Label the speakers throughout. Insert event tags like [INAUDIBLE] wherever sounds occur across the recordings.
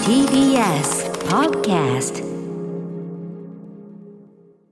Speaker 1: TBS Podcast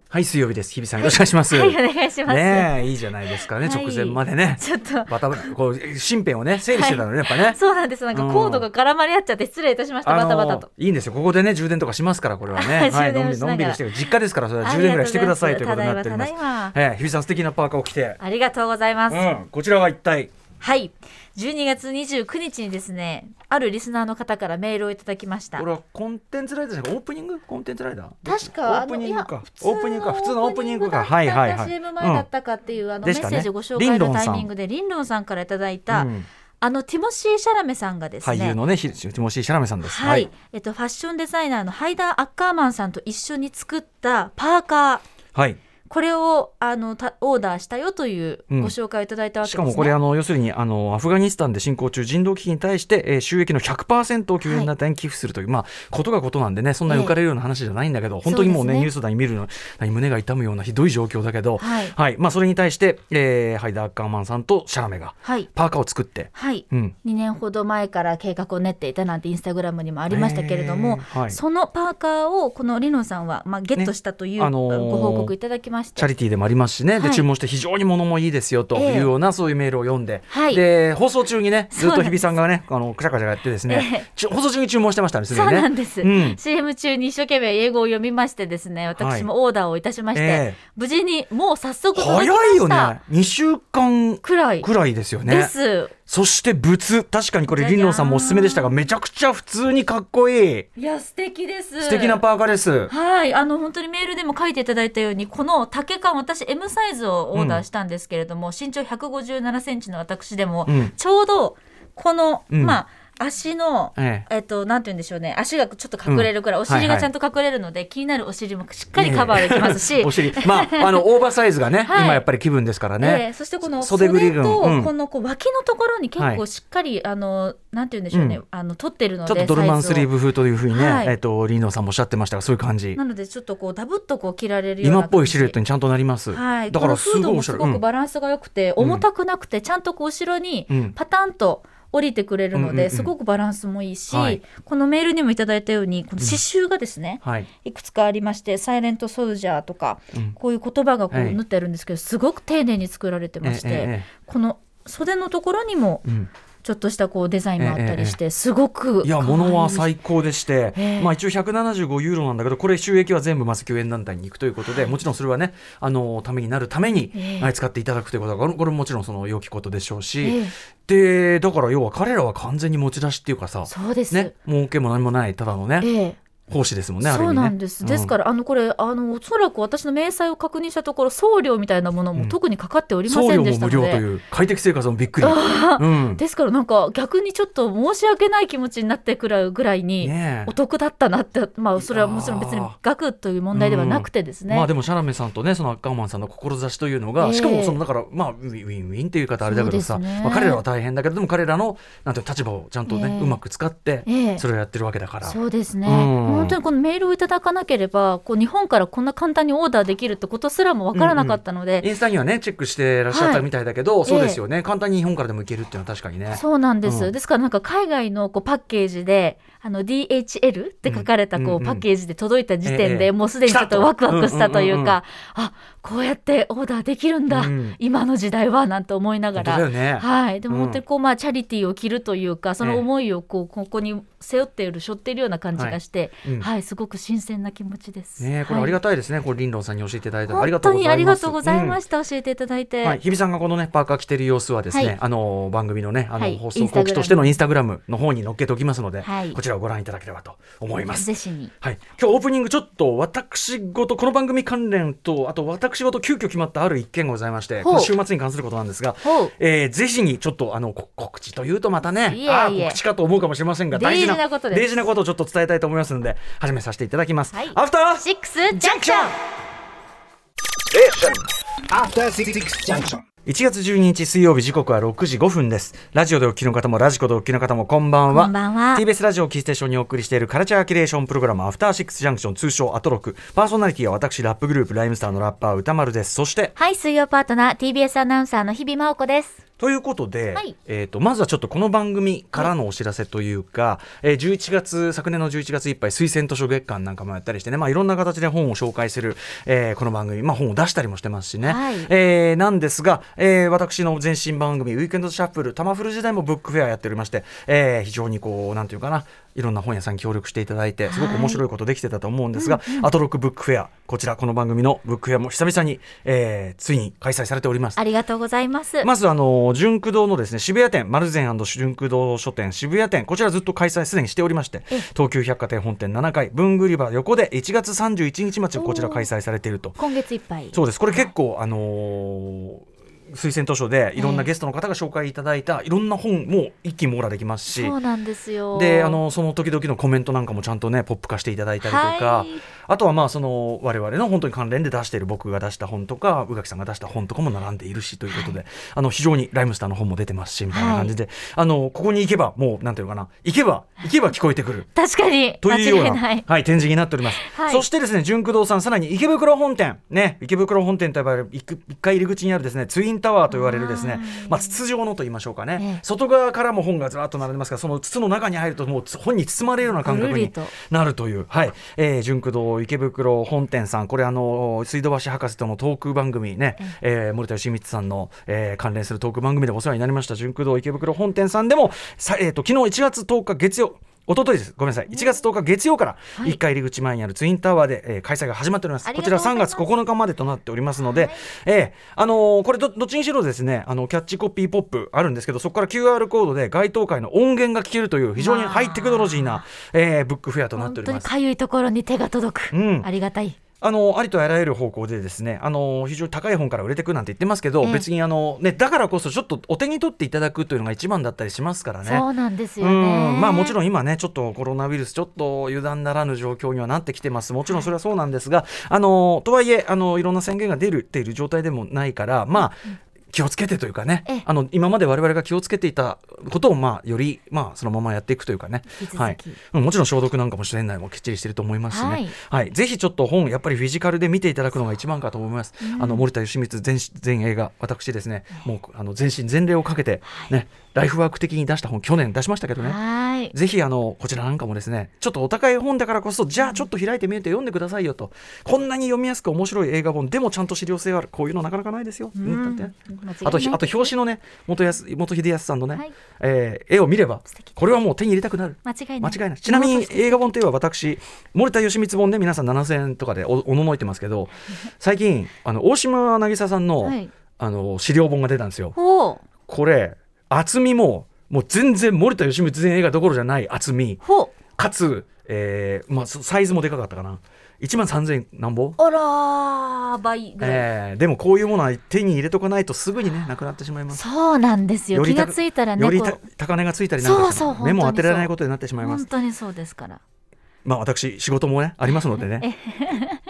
Speaker 2: はい、水曜日です。日比さん、よろしくお願いします。
Speaker 3: はい、お願いします。
Speaker 2: ねえ、いいじゃないですかね、
Speaker 3: はい
Speaker 2: 直前までね。
Speaker 3: ちょっと
Speaker 2: バタバタ、こう、身辺をね、整理してたのね、やっぱね。
Speaker 3: そうなんです。なんか
Speaker 2: うん
Speaker 3: コードが絡まり合っちゃって失礼いたしました。
Speaker 2: あ
Speaker 3: バ
Speaker 2: の
Speaker 3: タバタと。
Speaker 2: いいんですよ、ここでね、充電とかしますから、これはね、はい、
Speaker 3: 充
Speaker 2: の
Speaker 3: 電
Speaker 2: ん
Speaker 3: を
Speaker 2: び
Speaker 3: し
Speaker 2: のん
Speaker 3: ながら
Speaker 2: びりしてる、実家ですから、それは充電ぐらいしてくださいということになっております。
Speaker 3: ただいまただ
Speaker 2: ええ、日比さん、素敵なパーカーを着て、
Speaker 3: ありがとうございます。
Speaker 2: うん、こちらは一体、
Speaker 3: はい。12月29日にですね、あるリスナーの方からメールをいただきました
Speaker 2: こ。れはコンテンツライダーじゃなくて、オープニング、コンテンツライダー。
Speaker 3: 確
Speaker 2: オ
Speaker 3: か、
Speaker 2: ープニングか
Speaker 3: あのいや
Speaker 2: オープニングか普通のオープニングか
Speaker 3: オープニング
Speaker 2: はい
Speaker 3: だ
Speaker 2: はい
Speaker 3: ったか
Speaker 2: はい
Speaker 3: CM 前だったかっていう、あのメ
Speaker 2: で
Speaker 3: ッ
Speaker 2: し
Speaker 3: セ
Speaker 2: たね
Speaker 3: ージをご紹
Speaker 2: リン
Speaker 3: 介
Speaker 2: ドン
Speaker 3: の
Speaker 2: さ
Speaker 3: タ
Speaker 2: ん
Speaker 3: イミングでリンドンさんからいただいた、
Speaker 2: うん
Speaker 3: あのティモシー・シャラメさんがですね、
Speaker 2: 俳優のね、ひティモシー・シャラメさんです。
Speaker 3: はい、。えっとファッションデザイナーのハイダー・アッカーマンさんと一緒に作ったパーカー。
Speaker 2: はい。
Speaker 3: これをあのたオーダーしたよという
Speaker 2: うん
Speaker 3: ご紹介をいただいたわけで
Speaker 2: し
Speaker 3: す、
Speaker 2: か
Speaker 3: ね
Speaker 2: もこれあの要するにあのアフガニスタンで進行中人道危機に対して、えー収益の100%を救援団体に寄付するという、まあことがことなんでねそんなに浮かれるような話じゃないんだけど、本当にもう
Speaker 3: そうで
Speaker 2: ね
Speaker 3: すね
Speaker 2: ニュースだに見るのに胸が痛むようなひどい状況だけど、
Speaker 3: はい
Speaker 2: まあそれに対して、えーハイダー・アッカーマンさんとシャラメが
Speaker 3: はい
Speaker 2: パーカーを作って、
Speaker 3: はい、
Speaker 2: うん、
Speaker 3: 2年ほど前から計画を練っていたなんてインスタグラムにもありましたけれども、
Speaker 2: えーはい
Speaker 3: そのパーカーをこのリノさんは、まあ、ゲットしたという、
Speaker 2: ねあのー
Speaker 3: ご報告いただきまし
Speaker 2: チャ
Speaker 3: て
Speaker 2: リティーでもありますしね、で
Speaker 3: はい
Speaker 2: 注文して非常に物もいいですよというような、そういうメールを読んで、
Speaker 3: はい
Speaker 2: で放送中にねず
Speaker 3: そ
Speaker 2: っ
Speaker 3: う
Speaker 2: と
Speaker 3: なん
Speaker 2: 日
Speaker 3: です
Speaker 2: 比さんがねあのくしゃくしゃやってですね、ちゅ放送中に注文してましたねすで
Speaker 3: そ
Speaker 2: に
Speaker 3: う
Speaker 2: ね。
Speaker 3: なんです、
Speaker 2: うん、
Speaker 3: CM 中に一生懸命英語を読みましてですね私もオーダーをいたしまして、
Speaker 2: はいええ
Speaker 3: 無事にもう早速
Speaker 2: 早
Speaker 3: 届きま
Speaker 2: い
Speaker 3: し
Speaker 2: よね
Speaker 3: た
Speaker 2: 2週間
Speaker 3: くらい
Speaker 2: くらいですよね。
Speaker 3: です、
Speaker 2: そして仏確かにこれ
Speaker 3: じゃじゃーん
Speaker 2: リンロンさんもおすすめでしたがめちゃくちゃ普通にかっこいい
Speaker 3: いや素敵です
Speaker 2: 素敵なパーカーです。
Speaker 3: はい、あの本当にメールでも書いていただいたように、この竹缶、私 M サイズをオーダーしたんですけれども、身長157センチの私でも、
Speaker 2: うん
Speaker 3: ちょうどこの、
Speaker 2: うん
Speaker 3: まあ足の、
Speaker 2: ええ
Speaker 3: えっと、なんて言うんでしょうね、足がちょっと隠れるくらい、
Speaker 2: うん
Speaker 3: お尻
Speaker 2: はいは
Speaker 3: が
Speaker 2: い
Speaker 3: ちゃんと隠れるので、気になるお尻もしっかりカバーできますし、
Speaker 2: [LAUGHS] お尻ま
Speaker 3: [LAUGHS]
Speaker 2: ああのオーバーサイズがね、
Speaker 3: はい
Speaker 2: 今やっぱり気分ですから
Speaker 3: ええ
Speaker 2: ね。
Speaker 3: そしてこの
Speaker 2: 袖
Speaker 3: 袖
Speaker 2: ぐり群
Speaker 3: と
Speaker 2: うん
Speaker 3: このこう脇のところに結
Speaker 2: はい
Speaker 3: 構しっかり、あのなんて言うんでしょうね、
Speaker 2: うん
Speaker 3: あの取ってるの
Speaker 2: ちょ
Speaker 3: で
Speaker 2: っとドルマンスリー
Speaker 3: ブ
Speaker 2: ブ風というふうにね、
Speaker 3: はい
Speaker 2: えっとリンロンさんもおっしゃってましたがそういう感じ
Speaker 3: なのでちょっとこうダブっとこう着られるような
Speaker 2: 今っぽい
Speaker 3: 感じ
Speaker 2: シルエットにちゃんとなります。
Speaker 3: はい、
Speaker 2: だから
Speaker 3: この
Speaker 2: す
Speaker 3: フー
Speaker 2: ご
Speaker 3: ド
Speaker 2: い
Speaker 3: も
Speaker 2: おし
Speaker 3: す
Speaker 2: ゃれ。
Speaker 3: ご
Speaker 2: う
Speaker 3: く
Speaker 2: ん
Speaker 3: バランスが良くて、
Speaker 2: ん
Speaker 3: 重たくなくてちゃんとこう後ろに
Speaker 2: うん
Speaker 3: パタンと降りてくれるので、
Speaker 2: うんうんうん
Speaker 3: すごくバランスもいいし、
Speaker 2: はい
Speaker 3: このメールにもいただいたようにこの刺繍がですね、
Speaker 2: はい。
Speaker 3: いくつかありまして「サイレント・ソルジャー」とか、
Speaker 2: うん
Speaker 3: こういう言葉がこう
Speaker 2: はい
Speaker 3: 縫ってあるんですけどすごく丁寧に作られてまして、
Speaker 2: えええ
Speaker 3: この袖のところにも
Speaker 2: えうん
Speaker 3: ちょっとしたこうデザインもあったりして、すごく
Speaker 2: いや、
Speaker 3: 可愛
Speaker 2: 物は
Speaker 3: です
Speaker 2: 最高でして、
Speaker 3: ええ
Speaker 2: まあ、一応175ユーロなんだけど、これ、収益は全部まず救援団体に行くということで、もちろんそれはね、あのためになるために、
Speaker 3: ええ
Speaker 2: はい使っていただくということは、これももちろんその良きことでしょうし、
Speaker 3: ええ
Speaker 2: で、だから要は彼らは完全に持ち出しっていうかさ、
Speaker 3: そうです、
Speaker 2: ね、儲けも何もない、ただのね、
Speaker 3: ええ
Speaker 2: 奉仕ですもんね、ある意
Speaker 3: そう
Speaker 2: 味ね。
Speaker 3: なんです、です
Speaker 2: ら
Speaker 3: からあのこれあのおそらく私の明細を確認したところ送料みたいなもの
Speaker 2: うん
Speaker 3: も特にかかっておりま
Speaker 2: 送
Speaker 3: せん
Speaker 2: 料
Speaker 3: で
Speaker 2: も
Speaker 3: した
Speaker 2: 無
Speaker 3: ので、
Speaker 2: 料という、快適生活もびっくり。うん、
Speaker 3: ですからなんか逆にちょっと申し訳ない気持ちになってくらうぐらいに
Speaker 2: ねえ
Speaker 3: お得だったなって、まあそれはもちろん別に額という問題ではなくてですね、
Speaker 2: まあでもシャラメさんとねそのアッカーマンさんの志というのが、
Speaker 3: ええ
Speaker 2: しかもそのだからまあウィンウィンウィンっていう言い方あれだけどさ、
Speaker 3: そうですね
Speaker 2: まあ、彼らは大変だけどでも彼らのなんていうの立場をちゃんとね、
Speaker 3: ええ
Speaker 2: うまく使って
Speaker 3: ええ
Speaker 2: それをやってるわけだから、
Speaker 3: そうですね、
Speaker 2: うん
Speaker 3: 本当にこのメールをいただかなければこう日本からこんな簡単にオーダーできるってことすらも分からなかったので、
Speaker 2: インスタにはねチェックしてらっしゃったみたいだけど、そうですよね、簡単に日本からでもいけるっていうのは確かにね。
Speaker 3: そうなんです、
Speaker 2: うん
Speaker 3: ですからなんか海外のこうパッケージであの DHL って書かれた
Speaker 2: うん
Speaker 3: こ
Speaker 2: うん
Speaker 3: うパッケージで届いた時点
Speaker 2: ええ
Speaker 3: でもうすでにちょっとワクワクしたというか、あこうやってオーダーできるんだ、
Speaker 2: うん
Speaker 3: 今の時代はなんて思いな
Speaker 2: 本
Speaker 3: が
Speaker 2: 当だよ
Speaker 3: ら。
Speaker 2: ね、
Speaker 3: はい、でも
Speaker 2: うん
Speaker 3: 本当にこう、まあ、チャリティーを着るというかそ
Speaker 2: ええ
Speaker 3: の思いをこうここに背負っている背負っているような感じがして、
Speaker 2: はい
Speaker 3: はい
Speaker 2: うん
Speaker 3: すごく新鮮な気持ちです。
Speaker 2: ねえこれありがたいですね、これリンロンさんに教えていただいたの
Speaker 3: はい、本当にありがとうござい
Speaker 2: うん
Speaker 3: ました、教えていただいて。
Speaker 2: はい、日比さんがこのねパーカー着てる様子はですね、
Speaker 3: はい
Speaker 2: あの番組のねあの、
Speaker 3: はい
Speaker 2: 放送後期としてのインスタグラムの方に載っけておきますので、
Speaker 3: はい
Speaker 2: こちらをご覧いただければと思います。
Speaker 3: ぜひに
Speaker 2: はい、今日オープニングちょっと私ごとこの番組関連とあと私ごと急遽決まったある一件がございまして
Speaker 3: ほう
Speaker 2: この週末に関することなんですが、
Speaker 3: ほう
Speaker 2: えーぜひにちょっとあのこ告知というとまたね
Speaker 3: いえいえ
Speaker 2: あー告知かと思うかもしれませんが大事
Speaker 3: 大
Speaker 2: な
Speaker 3: 事なことです
Speaker 2: 大事なことをちょっと伝えたいと思いますので始めさせていただきます。
Speaker 3: はい
Speaker 2: アフター
Speaker 3: シックスジャンクション
Speaker 4: After Six Junction.
Speaker 2: 1月12日水曜日時刻は6時5分ですラジオでお聞きの方もラジコでお聞きの方もこんばんは
Speaker 3: こんばんは
Speaker 2: TBS ラジオをキーステーションにお送りしているカルチャーキュレーションプログラムアフターシックスジャンクション通称アトロクパーソナリティは私ラップグループライムスターのラッパー歌丸ですそして
Speaker 3: はい、水曜パートナー、TBS アナウンサーの日々真央子です。
Speaker 2: ということで、
Speaker 3: はい
Speaker 2: えー、とまずはちょっとこの番組からのお知らせというか、えー11月昨年の11月いっぱい推薦図書月間なんかもやったりしてね、まあ、いろんな形で本を紹介する、えーこの番組、まあ、本を出したりもしてますしね、
Speaker 3: はい
Speaker 2: えーなんですが、えー私の前身番組「ウィークエンドシャッフル」「タマフル」時代もブックフェアやっておりまして、えー非常にこうなんていうかないろんな本屋さんに協力していただいてすごく面白いことできてたと思うんですが、アトロックブックフェアこちらこの番組のブックフェアも久々に、えーついに開催されております
Speaker 3: あ。りがとうございます。
Speaker 2: [LAUGHS] まずあの純駆堂のですね渋谷店マルゼン純駆堂書店渋谷店こちらずっと開催すでにしておりまして東急百貨店本店7階文具売り場横で1月31日までこちら開催されていると
Speaker 3: 今月いっぱい。
Speaker 2: そうですこれ結構あのー推薦図書でいろんなゲストの方が紹介いただいたいろんな本も一気に網羅できますし
Speaker 3: そうなんですよ。
Speaker 2: であのその時々のコメントなんかもちゃんとねポップ化していただいたりとか、
Speaker 3: はい
Speaker 2: あとはまあその我々の本当に関連で出している僕が出した本とか宇垣さんが出した本とかも並んでいるしということで、あの非常にライムスターの本も出てますしみたいな感じで、あのここに行けばもうなんていうのかな行けば行けば聞こえてくる。
Speaker 3: 確かに
Speaker 2: というよう
Speaker 3: 間違
Speaker 2: な、
Speaker 3: いない。
Speaker 2: はい、展示になっております。
Speaker 3: はい
Speaker 2: そしてですね、純駆動さん、さらに池袋本店、ね、池袋本店と呼ばれる一一階入り口にあるですね、ツインタワーと言われるですね、まあ、筒状のと言いましょうかね、
Speaker 3: ええ
Speaker 2: 外側からも本がずらっと並んでますが、その筒の中に入ると、もうつ本に包まれるような感覚
Speaker 3: ぐるり
Speaker 2: に
Speaker 3: と
Speaker 2: なるという、はい、えー、純駆動池袋本店さん、これ、あの、水道橋博士とのトーク番組ね、えー森田義満さんの、えー関連するトーク番組でお世話になりました、純駆動池袋本店さんでも、さえっ、と、昨日1月10日月曜、一昨日です。ごめんなさい。1月10日月曜から
Speaker 3: はい
Speaker 2: 1階入り口前にあるツインタワーで、えー開催が始まっております。
Speaker 3: ありが
Speaker 2: こ
Speaker 3: と
Speaker 2: ち
Speaker 3: うご
Speaker 2: ら
Speaker 3: ざい
Speaker 2: 3
Speaker 3: ます
Speaker 2: 月9日までとなっておりますので、えーあのーこれどどっちにしろですね、あのキャッチコピーポップあるんですけど、そこから QR コードで該当会の音源が聞けるという非常にハイテクノロジーな、えーブックフェアとなっ
Speaker 3: 本
Speaker 2: てお
Speaker 3: 当に
Speaker 2: ります。
Speaker 3: かゆいところに手が届く。
Speaker 2: うん
Speaker 3: ありがたい。
Speaker 2: あのありとあらゆる方向でですねあの非常に高い本から売れていくなんて言ってますけど、
Speaker 3: ええ
Speaker 2: 別にあの、ね、だからこそちょっとお手に取っていただくというのが一番だったりしますからね。
Speaker 3: そうなんですよね
Speaker 2: う。んまあもちろん今ねちょっとコロナウイルスちょっと油断ならぬ状況にはなってきてますもちろんそれはそうなんですが、あのとはいえあのいろんな宣言が出るっていう状態でもないからまあ、気をつけてというかね
Speaker 3: ええ、
Speaker 2: あの今まで我々が気をつけていたことをまあよりまあそのままやっていくというかね
Speaker 3: 引き続、き
Speaker 2: はい、うんもちろん消毒なんかも店内もきっちりしてると思いますしね、
Speaker 3: は
Speaker 2: はいい、ぜひちょっと本やっぱりフィジカルで見ていただくのが一番かと思います。あの森田義満全全映画私ですね、もうあの全身全霊をかけてね、ライフワーク的に出した本去年出しましたけどね、
Speaker 3: はい。
Speaker 2: ぜひあのこちらなんかもですねちょっとお高い本だからこそじゃあちょっと開いてみると読んでくださいよとこんなに読みやすく面白い映画本でもちゃんと資料性はあるこういうのなかなかないですよ、ねだってね
Speaker 3: 間違いない
Speaker 2: あとひあと表紙のね元康元秀康さんのね、
Speaker 3: はい
Speaker 2: えー絵を見れば
Speaker 3: 素敵
Speaker 2: これはもう手に入れたくなる
Speaker 3: 間違いな
Speaker 2: 間
Speaker 3: い。
Speaker 2: 違いないちなみ
Speaker 3: 物
Speaker 2: に
Speaker 3: として
Speaker 2: 映画本といえば私森田義満本で皆さん7000円とかでおおののいてますけど最近あの大島渚さんの,、
Speaker 3: はい
Speaker 2: あの資料本が出たんですよ。
Speaker 3: ほう
Speaker 2: これ厚みももう全然森田義満全映画どころじゃない厚み
Speaker 3: ほ
Speaker 2: かつ、えーまあ、そサイズもでかかったかな1万3000なんぼ、
Speaker 3: う。あらー倍ぐらい。
Speaker 2: えーでもこういうものは手に入れとかないとすぐにねなくなってしまいます
Speaker 3: そうなんですよ。気が
Speaker 2: 高
Speaker 3: ついたらね、
Speaker 2: より
Speaker 3: こ
Speaker 2: た
Speaker 3: う
Speaker 2: 高値がついたりなんかして
Speaker 3: そうそう
Speaker 2: 目も
Speaker 3: 本当に
Speaker 2: 当てられないことになってしまいま
Speaker 3: 本
Speaker 2: す
Speaker 3: 当にそうですから。
Speaker 2: まあ私仕事もねありますのでね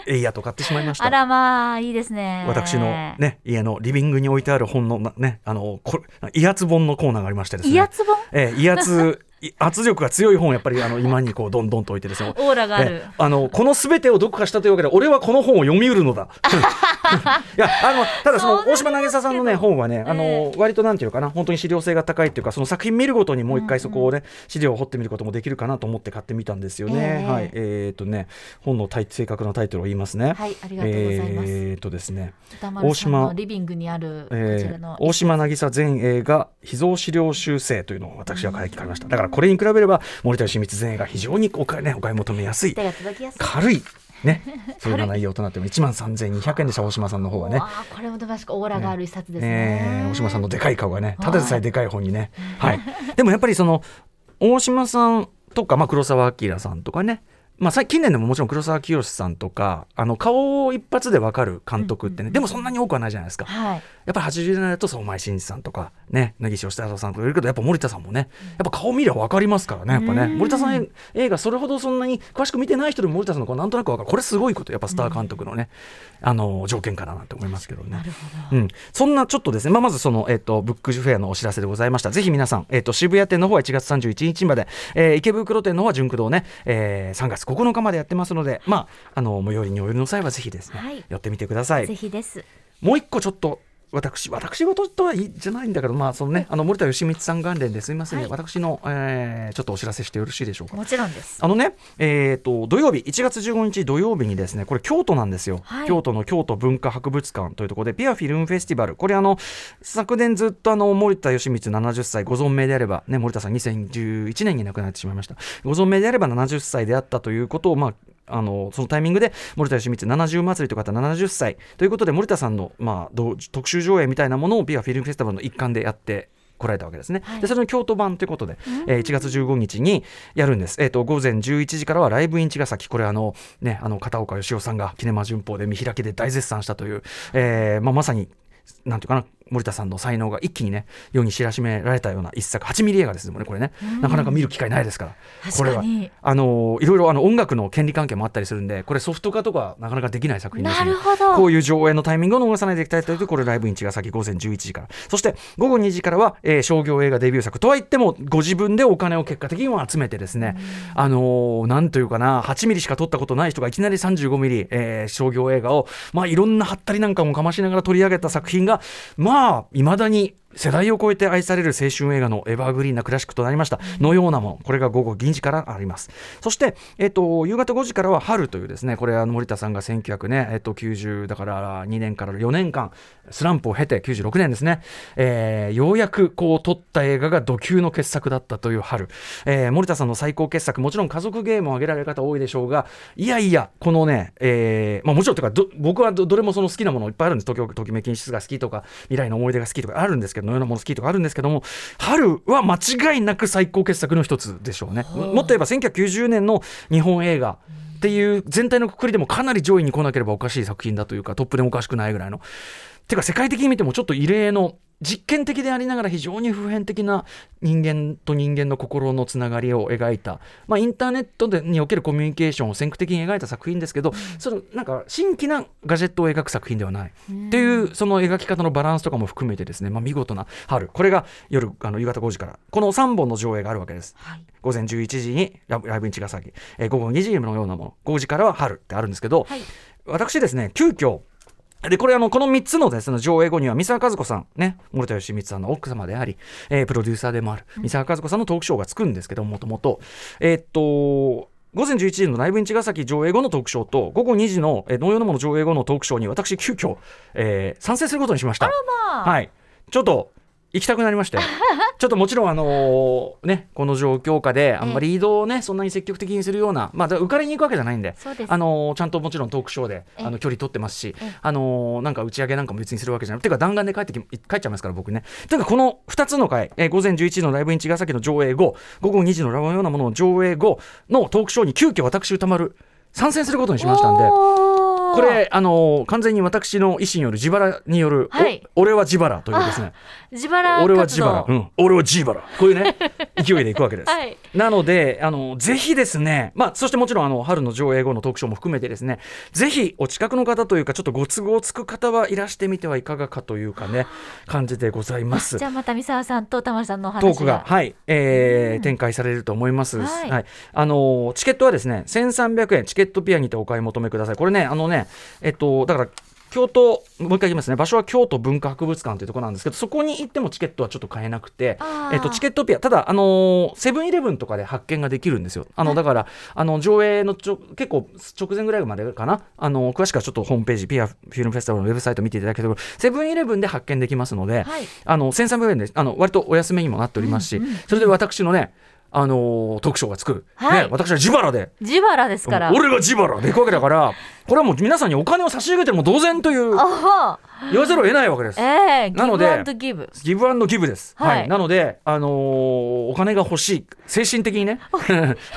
Speaker 2: えいやと買ってしまいまし
Speaker 3: あ
Speaker 2: た
Speaker 3: らまあいいですね。
Speaker 2: 私の、ね、家のリビングに置いてある本のな、ね、あのこ威圧本のコーナーがありましてですね
Speaker 3: 威圧本
Speaker 2: えー威圧 [LAUGHS] い圧力が強い本をやっぱりあの今にこうどんどんと置いてですね
Speaker 3: オーラがある
Speaker 2: えーあのこの全てを読破したというわけで俺はこの本を読みうるの
Speaker 3: [LAUGHS]
Speaker 2: だいやあのただそ
Speaker 3: そうなん
Speaker 2: の
Speaker 3: で
Speaker 2: 大
Speaker 3: す
Speaker 2: 島渚さんのね本はねあ
Speaker 3: え
Speaker 2: の割となんていうかな本当に資料性が高いっていうかその作品見るごとにもう一回そこをね資料を掘ってみることもできるかなと思って買ってみたんですよ
Speaker 3: え
Speaker 2: ね、
Speaker 3: え
Speaker 2: はいえっとね本のタイ正確なタイトルを言いますね
Speaker 3: はいありがとうございます
Speaker 2: えっとですね
Speaker 3: 歌丸さん
Speaker 2: 大
Speaker 3: の
Speaker 2: 島
Speaker 3: リビングにあるこ
Speaker 2: え
Speaker 3: ちら
Speaker 2: ー
Speaker 3: の、
Speaker 2: 大島渚全映画秘蔵資料修正というのを私は買い聞かれましただからこれに比べれば森田義満全映画非常にお買い,、ね、お買い求めやすい
Speaker 3: 手が届きやすい。
Speaker 2: 軽い [LAUGHS] ねそういうような内容となって1万3200円でした大島さんの方はね
Speaker 3: わあこれも確かオーラがある一冊です
Speaker 2: え
Speaker 3: ね。
Speaker 2: ー大島さんのでかい顔がねただでさえでかい方にね、はい、でもやっぱりその大島さんとか、まあ、黒澤明さんとかねまあ、最近年でももちろん黒澤清さんとかあの顔を一発で分かる監督ってね、でもそんなに多くはないじゃないですか、
Speaker 3: はい。
Speaker 2: やっぱり80年代だとその前真司さんとかね根岸義太さんとかいるけどやっぱ森田さんもねやっぱ顔見りゃ分かりますからねやっぱね森田さん映画それほどそんなに詳しく見てない人でも森田さんの顔なんとなく分かるこれすごいことやっぱスター監督のね、あの条件かななんて思いますけどね。うん、そんなちょっとですね、まあ、まずその、えっとブックフェアのお知らせでございましたぜひ皆さん、えっと渋谷店の方は1月31日まで、えー池袋店の方は純駆堂ね、えー3月9日までやってますので、まあ、あの最寄りにお寄りの際はぜひですね、
Speaker 3: はい
Speaker 2: 寄ってみてください
Speaker 3: ぜ。ひです。
Speaker 2: もう一個ちょっと私私事とはいいじゃないんだけど、まあそのね、あの森田芳光さん関連ですみませんね、
Speaker 3: はい
Speaker 2: 私の、えーちょっとお知らせしてよろしいでしょうか。
Speaker 3: もちろんです。
Speaker 2: あのね、えー、と土曜日1月15日土曜日にですねこれ京都なんですよ、
Speaker 3: はい
Speaker 2: 京都の京都文化博物館というところでピアフィルムフェスティバルこれあの昨年ずっとあの森田義満70歳ご存命であれば、ね、森田さん2011年に亡くなってしまいましたご存命であれば70歳であったということをまああのそのタイミングで森田義満70祭りという方70歳ということで森田さんの、まあ、どう特集上映みたいなものをピアフィルムフェスティバルの一環でやってこられたわけですね、
Speaker 3: はい
Speaker 2: でそれの京都版ということで、えー1月15日にやるんです、えー、と午前11時からはライブイン茅ヶ崎これあの、ね、あの片岡義雄さんがキネマ旬報で見開きで大絶賛したという、えーまあ、まさになんていうかな森田さんの才能が一気にね世に知らしめられたような一作8ミリ映画ですもんねこれね、なかなか見る機会ないですから
Speaker 3: 確
Speaker 2: これ
Speaker 3: か
Speaker 2: は
Speaker 3: に
Speaker 2: あのーいろいろあの音楽の権利関係もあったりするんでこれソフト化とかなかなかできない作品です
Speaker 3: な
Speaker 2: ね
Speaker 3: るほど。
Speaker 2: こういう上映のタイミングを逃さないでいきたいということでこれライブイン茅ヶ崎午前11時からそして午後2時からは、えー商業映画デビュー作とはいってもご自分でお金を結果的には集めてですね、あのーなんというかな8ミリしか撮ったことない人がいきなり35ミリ、えー商業映画を、まあ、いろんなハったりなんかもかましながら取り上げた作品がまあいまだに世代を超えて愛される青春映画のエバーグリーンなクラシックとなりましたのようなものこれが午後銀時からありますそして、えっと夕方5時からは春というですねこれあの森田さんが1990、ねえっと90だから2年から4年間スランプを経て96年ですね、えーようやくこう撮った映画が土級の傑作だったという春、えー森田さんの最高傑作もちろん家族ゲームを挙げられる方多いでしょうがいやいやこのね、えーまあ、もちろんというかど僕はどどれもその好きなものいっぱいあるんです東京ときめきん室が好きとか未来の思い出が好きとかあるんですけどのようなもの好きとかあるんですけども春は間違いなく最高傑作の一つでしょうねもっと言えば1990年の日本映画っていう全体のくくりでもかなり上位に来なければおかしい作品だというかトップでもおかしくないぐらいのてか世界的に見てもちょっと異例の実験的でありながら非常に普遍的な人間と人間の心のつながりを描いた、まあ、インターネットでにおけるコミュニケーションを先駆的に描いた作品ですけど、そのなんか新規なガジェットを描く作品ではない、っていうその描き方のバランスとかも含めてですね、まあ、見事な春これが夜あの夕方5時からこの3本の上映があるわけです。
Speaker 3: はい
Speaker 2: 午前11時にラライブイン茅ヶ崎、えー午後2時のようなもの5時からは春ってあるんですけど、
Speaker 3: はい
Speaker 2: 私ですね急遽でこれあのこの3つのです、ね、上映後には三沢和子さん、ね、森田芳光さんの奥様であり、えープロデューサーでもある三沢和子さんのトークショーがつくんですけどもともと。えーっと午前11時のライブイン茅ヶ崎上映後のトークショーと午後2時の、えー、農用のもの上映後のトークショーに私急遽、えー参戦することにしました。はい、ちょっと行きたくなりま [LAUGHS] してちょっともちろん、あのーね、この状況下であんまり移動を、ね、そんなに積極的にするような、まあ、だから浮かれに行くわけじゃないんで
Speaker 3: そうです
Speaker 2: あのーちゃんともちろんトークショーで
Speaker 3: え
Speaker 2: あの距離取ってますし
Speaker 3: ええ、
Speaker 2: あのーなんか打ち上げなんかも別にするわけじゃないていうか弾丸で帰ってき帰っちゃいますから僕ね。というかこの2つの回、えー午前11時のライブイン茅ヶ崎の上映後午後2時のラブのようなものの上映後のトークショーに急遽私歌丸参戦することにしましたんで。
Speaker 3: こ
Speaker 2: これあのー完全に私の意思による自腹による、お
Speaker 3: はい
Speaker 2: 俺は自腹というですね
Speaker 3: 自腹活動
Speaker 2: 俺は自腹、うん、俺は自腹こうい
Speaker 3: [LAUGHS]
Speaker 2: うね勢いでいくわけです、
Speaker 3: はい
Speaker 2: なのであのぜひですね、まあ、そしてもちろんあの春の上映後の特賞も含めてですねぜひお近くの方というかちょっとご都合つく方はいらしてみてはいかがかというかね感じでございます
Speaker 3: じゃあまた三沢さんと田丸さんのお話
Speaker 2: トークが、はいえー展開されると思います、
Speaker 3: はい
Speaker 2: はいあのーチケットはですね1300円チケットピアにてお買い求めくださいこれねあのねえっとだから京都もう一回言いますね場所は京都文化博物館というところなんですけどそこに行ってもチケットはちょっと買えなくて
Speaker 3: あ、ー
Speaker 2: えっと、チケットピアただあのーセブンイレブンとかで発見ができるんですよあのだからあの上映のちょ結構直前ぐらいまでかなあの詳しくはちょっとホームページピアフィルムフェスティバルのウェブサイト見ていただければセブンイレブンで発見できますので、
Speaker 3: はい
Speaker 2: あの1300円であの割とお安めにもなっておりますし、それで私のね、あのー特賞がつく、
Speaker 3: はい
Speaker 2: ね、私は自腹で。
Speaker 3: 自腹ですから
Speaker 2: 俺が自腹でいくわけだからこれはもう皆さんにお金を差し上げても同然という
Speaker 3: あ
Speaker 2: 言わざるを得ないわけです
Speaker 3: あ。ええ
Speaker 2: なので
Speaker 3: ギブアンドギブ
Speaker 2: ギブアンドギブです、
Speaker 3: はい
Speaker 2: なので、あのーお金が欲しい精神的
Speaker 3: [LAUGHS]
Speaker 2: にね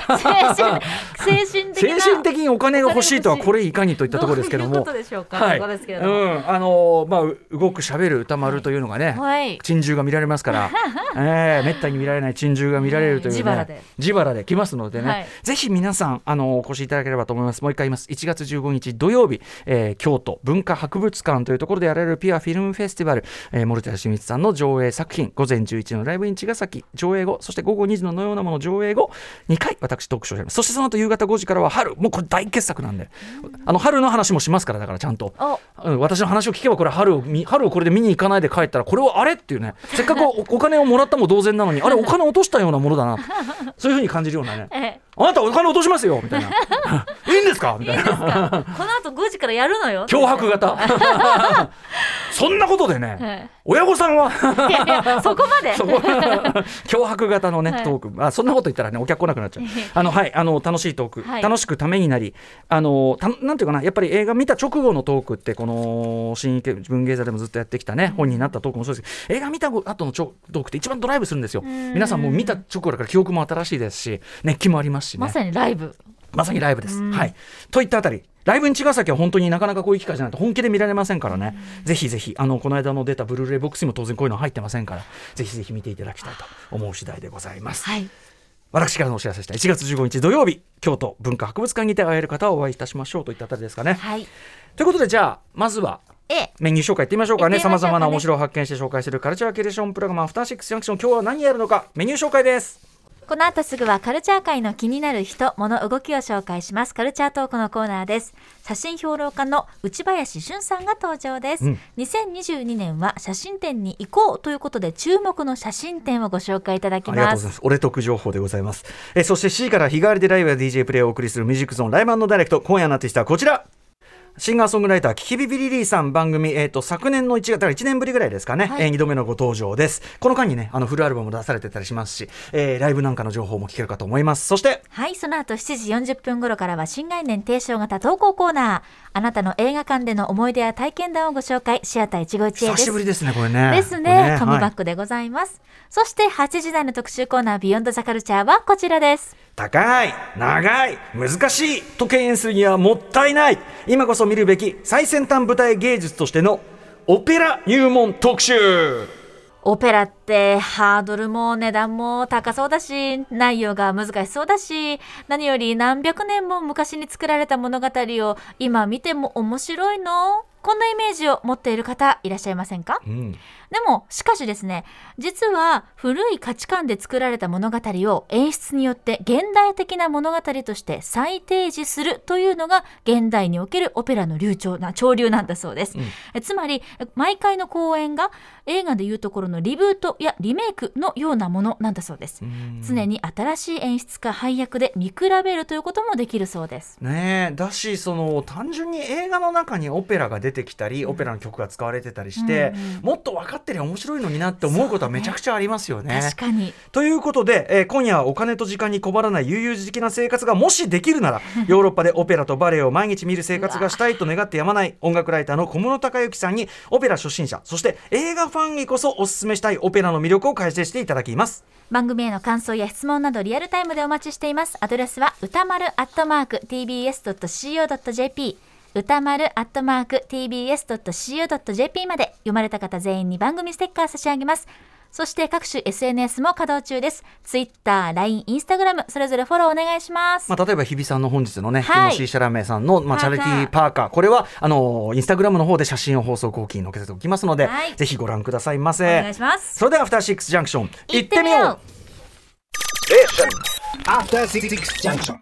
Speaker 3: 精神精神的
Speaker 2: 精
Speaker 3: な
Speaker 2: 神的にお金が欲しいとは
Speaker 3: お金が欲しい
Speaker 2: これいかにといったところですけども
Speaker 3: どういうことでしょうか
Speaker 2: はい
Speaker 3: ここですけれ
Speaker 2: う
Speaker 3: ども
Speaker 2: んあのーまあう動く喋る歌丸というのがね、
Speaker 3: はい
Speaker 2: 珍獣が見られますから、ええめったに見られない珍獣が見られるという、ね、
Speaker 3: 自腹で
Speaker 2: 自腹で来ますのでね、
Speaker 3: はい
Speaker 2: ぜひ皆さんあのお越しいただければと思いますもう一回言います1月15日土曜日、えー京都文化博物館というところでやられるピュアフィルムフェスティバル、えー、森田清水さんの上映作品、午前11時のライブイン茅ヶ崎、上映後、そして午後2時ののようなもの上映後、2回私トークショーをやります。そしてその後夕方5時からは春、もうこれ大傑作なんで、あの春の話もしますから、だからちゃんと。
Speaker 3: お
Speaker 2: うん私の話を聞けばこれ春を見春をこれで見に行かないで帰ったらこれはあれっていうねせっかくお [LAUGHS] お金をもらったも同然なのにあれお金落としたようなもの
Speaker 3: [LAUGHS]
Speaker 2: だなそういうふうに感じるようなね
Speaker 3: え
Speaker 2: あなたお金落としますよみたいな
Speaker 3: [LAUGHS]
Speaker 2: いいんですかみたいな
Speaker 3: この後5時からやるのよ
Speaker 2: 脅迫型
Speaker 3: [LAUGHS]
Speaker 2: そんなことでね、
Speaker 3: はい
Speaker 2: 親御さんは
Speaker 3: いやいやそこまで
Speaker 2: そこ [LAUGHS] 脅迫型のね、
Speaker 3: はい
Speaker 2: トークあそんなこと言ったらねお客来なくなっちゃうあのはいあの楽しいトーク、
Speaker 3: はい
Speaker 2: 楽しくためになりあのたなんていうかなやっぱり映画見た直後のトークってこの新池文芸座でもずっとやってきたね、本になったトークもそうですけど映画見た後のちょトークって一番ドライブするんですよ
Speaker 3: ん
Speaker 2: 皆さんもう見た直後だから記憶も新しいですし熱気もありますしね
Speaker 3: まさにライブ
Speaker 2: まさにライブです。はい、といったあたり。ライブに茅ヶ崎は本当になかなかこういう機会じゃないと本気で見られませんからね、ぜひぜひあのこの間の出たブルーレイボックスにも当然こういうのは入ってませんからぜひぜひ見ていただきたいと思う次第でございます、
Speaker 3: はい
Speaker 2: 私からのお知らせした1月15日土曜日京都文化博物館にて会える方はお会いいたしましょうといったあたりですかね、
Speaker 3: はい
Speaker 2: ということでじゃあまずは
Speaker 3: A
Speaker 2: メニュー紹介いってみましょうか
Speaker 3: 行
Speaker 2: ね
Speaker 3: って
Speaker 2: さ
Speaker 3: み
Speaker 2: ま
Speaker 3: ましょう
Speaker 2: ざ
Speaker 3: かね
Speaker 2: まな面白を発見して紹介するカルチャーキュレーションプログラムアフターシックスジャンクション今日は何やるのかメニュー紹介です
Speaker 3: この後すぐはカルチャー界の気になる人、物、動きを紹介します。カルチャートークのコーナーです。写真評論家の内林俊さんが登場です。
Speaker 2: うん
Speaker 3: 2022年は写真展に行こうということで、注目の写真展をご紹介いただき
Speaker 2: ありがとう
Speaker 3: ま
Speaker 2: ござい
Speaker 3: す。
Speaker 2: ます。俺得情報でございます。えーそして C から日替わりでライブや DJ プレイをお送りするミュージックゾーンライブダイレクト。今夜のアーティストはこちら。シンガーソングライター、キキビビリリーさん番組、えー、と昨年の1月、だから1年ぶりぐらいですかね、
Speaker 3: はい
Speaker 2: え2度目のご登場です。この間にね、あのフルアルバムも出されてたりしますし、えーライブなんかの情報も聞けるかと思います。そして、
Speaker 3: はい、その後7時40分頃からは新概念提唱型投稿コーナー。あなたの映画館での思い出や体験談をご紹介、シアター一期一会
Speaker 2: 久
Speaker 3: で
Speaker 2: し
Speaker 3: す
Speaker 2: ぶ。りですね、これね。
Speaker 3: です
Speaker 2: これ
Speaker 3: ね、紙
Speaker 2: は
Speaker 3: バ
Speaker 2: い
Speaker 3: ッグでございます。そして8時台の特集コーナー、ビヨンドザカルチャーはこちらです。
Speaker 2: 高い、長い、難しいと敬遠するにはもったいない今こそ見るべき最先端舞台芸術としてのオペラ入門特集
Speaker 3: オペラってハードルも値段も高そうだし内容が難しそうだし何より何百年も昔に作られた物語を今見ても面白いのこんなイメージを持っている方いらっしゃいませんか
Speaker 2: うん
Speaker 3: でもしかしですね実は古い価値観で作られた物語を演出によって現代的な物語として再提示するというのが現代におけるオペラの流暢な潮流なんだそうです、えつまり毎回の公演が映画でいうところのリブートやリメイクのようなものなんだそうです常に新しい演出家配役で見比べるということもできるそうです
Speaker 2: ねえだしその単純に映画の中にオペラが出てきたりオペラの曲が使われてたりして、もっと分かってりゃ面白いのになって思うことはめちゃくちゃありますよね。
Speaker 3: 確かに
Speaker 2: ということで、えー今夜はお金と時間に困らない悠々自適な生活がもしでき
Speaker 3: [LAUGHS]
Speaker 2: るならヨーロッパでオペラとバレエを毎日見る生活がしたいと願ってやまない音楽ライターの小室孝之さんにオペラ初心者そして映画ファンにこそおすすめしたいオペラの魅力を解説していただきます。
Speaker 3: 番組への感想や質問などリアルタイムでお待ちしていますアドレスは歌丸アットマーク tbs.co.jp 歌丸アットマーク tbs.co.jp まで読まれた方全員に番組ステッカー差し上げますそして各種 SNS も稼働中です Twitter、LINE、Instagram それぞれフォローお願いします
Speaker 2: まあ、例えば日比さんの本日のね、
Speaker 3: はい
Speaker 2: ティモシー・シャラメさんの、まあ、チ
Speaker 3: パーカー
Speaker 2: ャリティーパーカー、これはあのインスタグラムの方で写真を放送後期に載せておきますので、
Speaker 3: はい
Speaker 2: ぜひご覧くださいませ。
Speaker 3: お願いします
Speaker 2: それでは、アフターシックス・ジャンクション、
Speaker 3: 行ってみよう
Speaker 4: After Six Junction.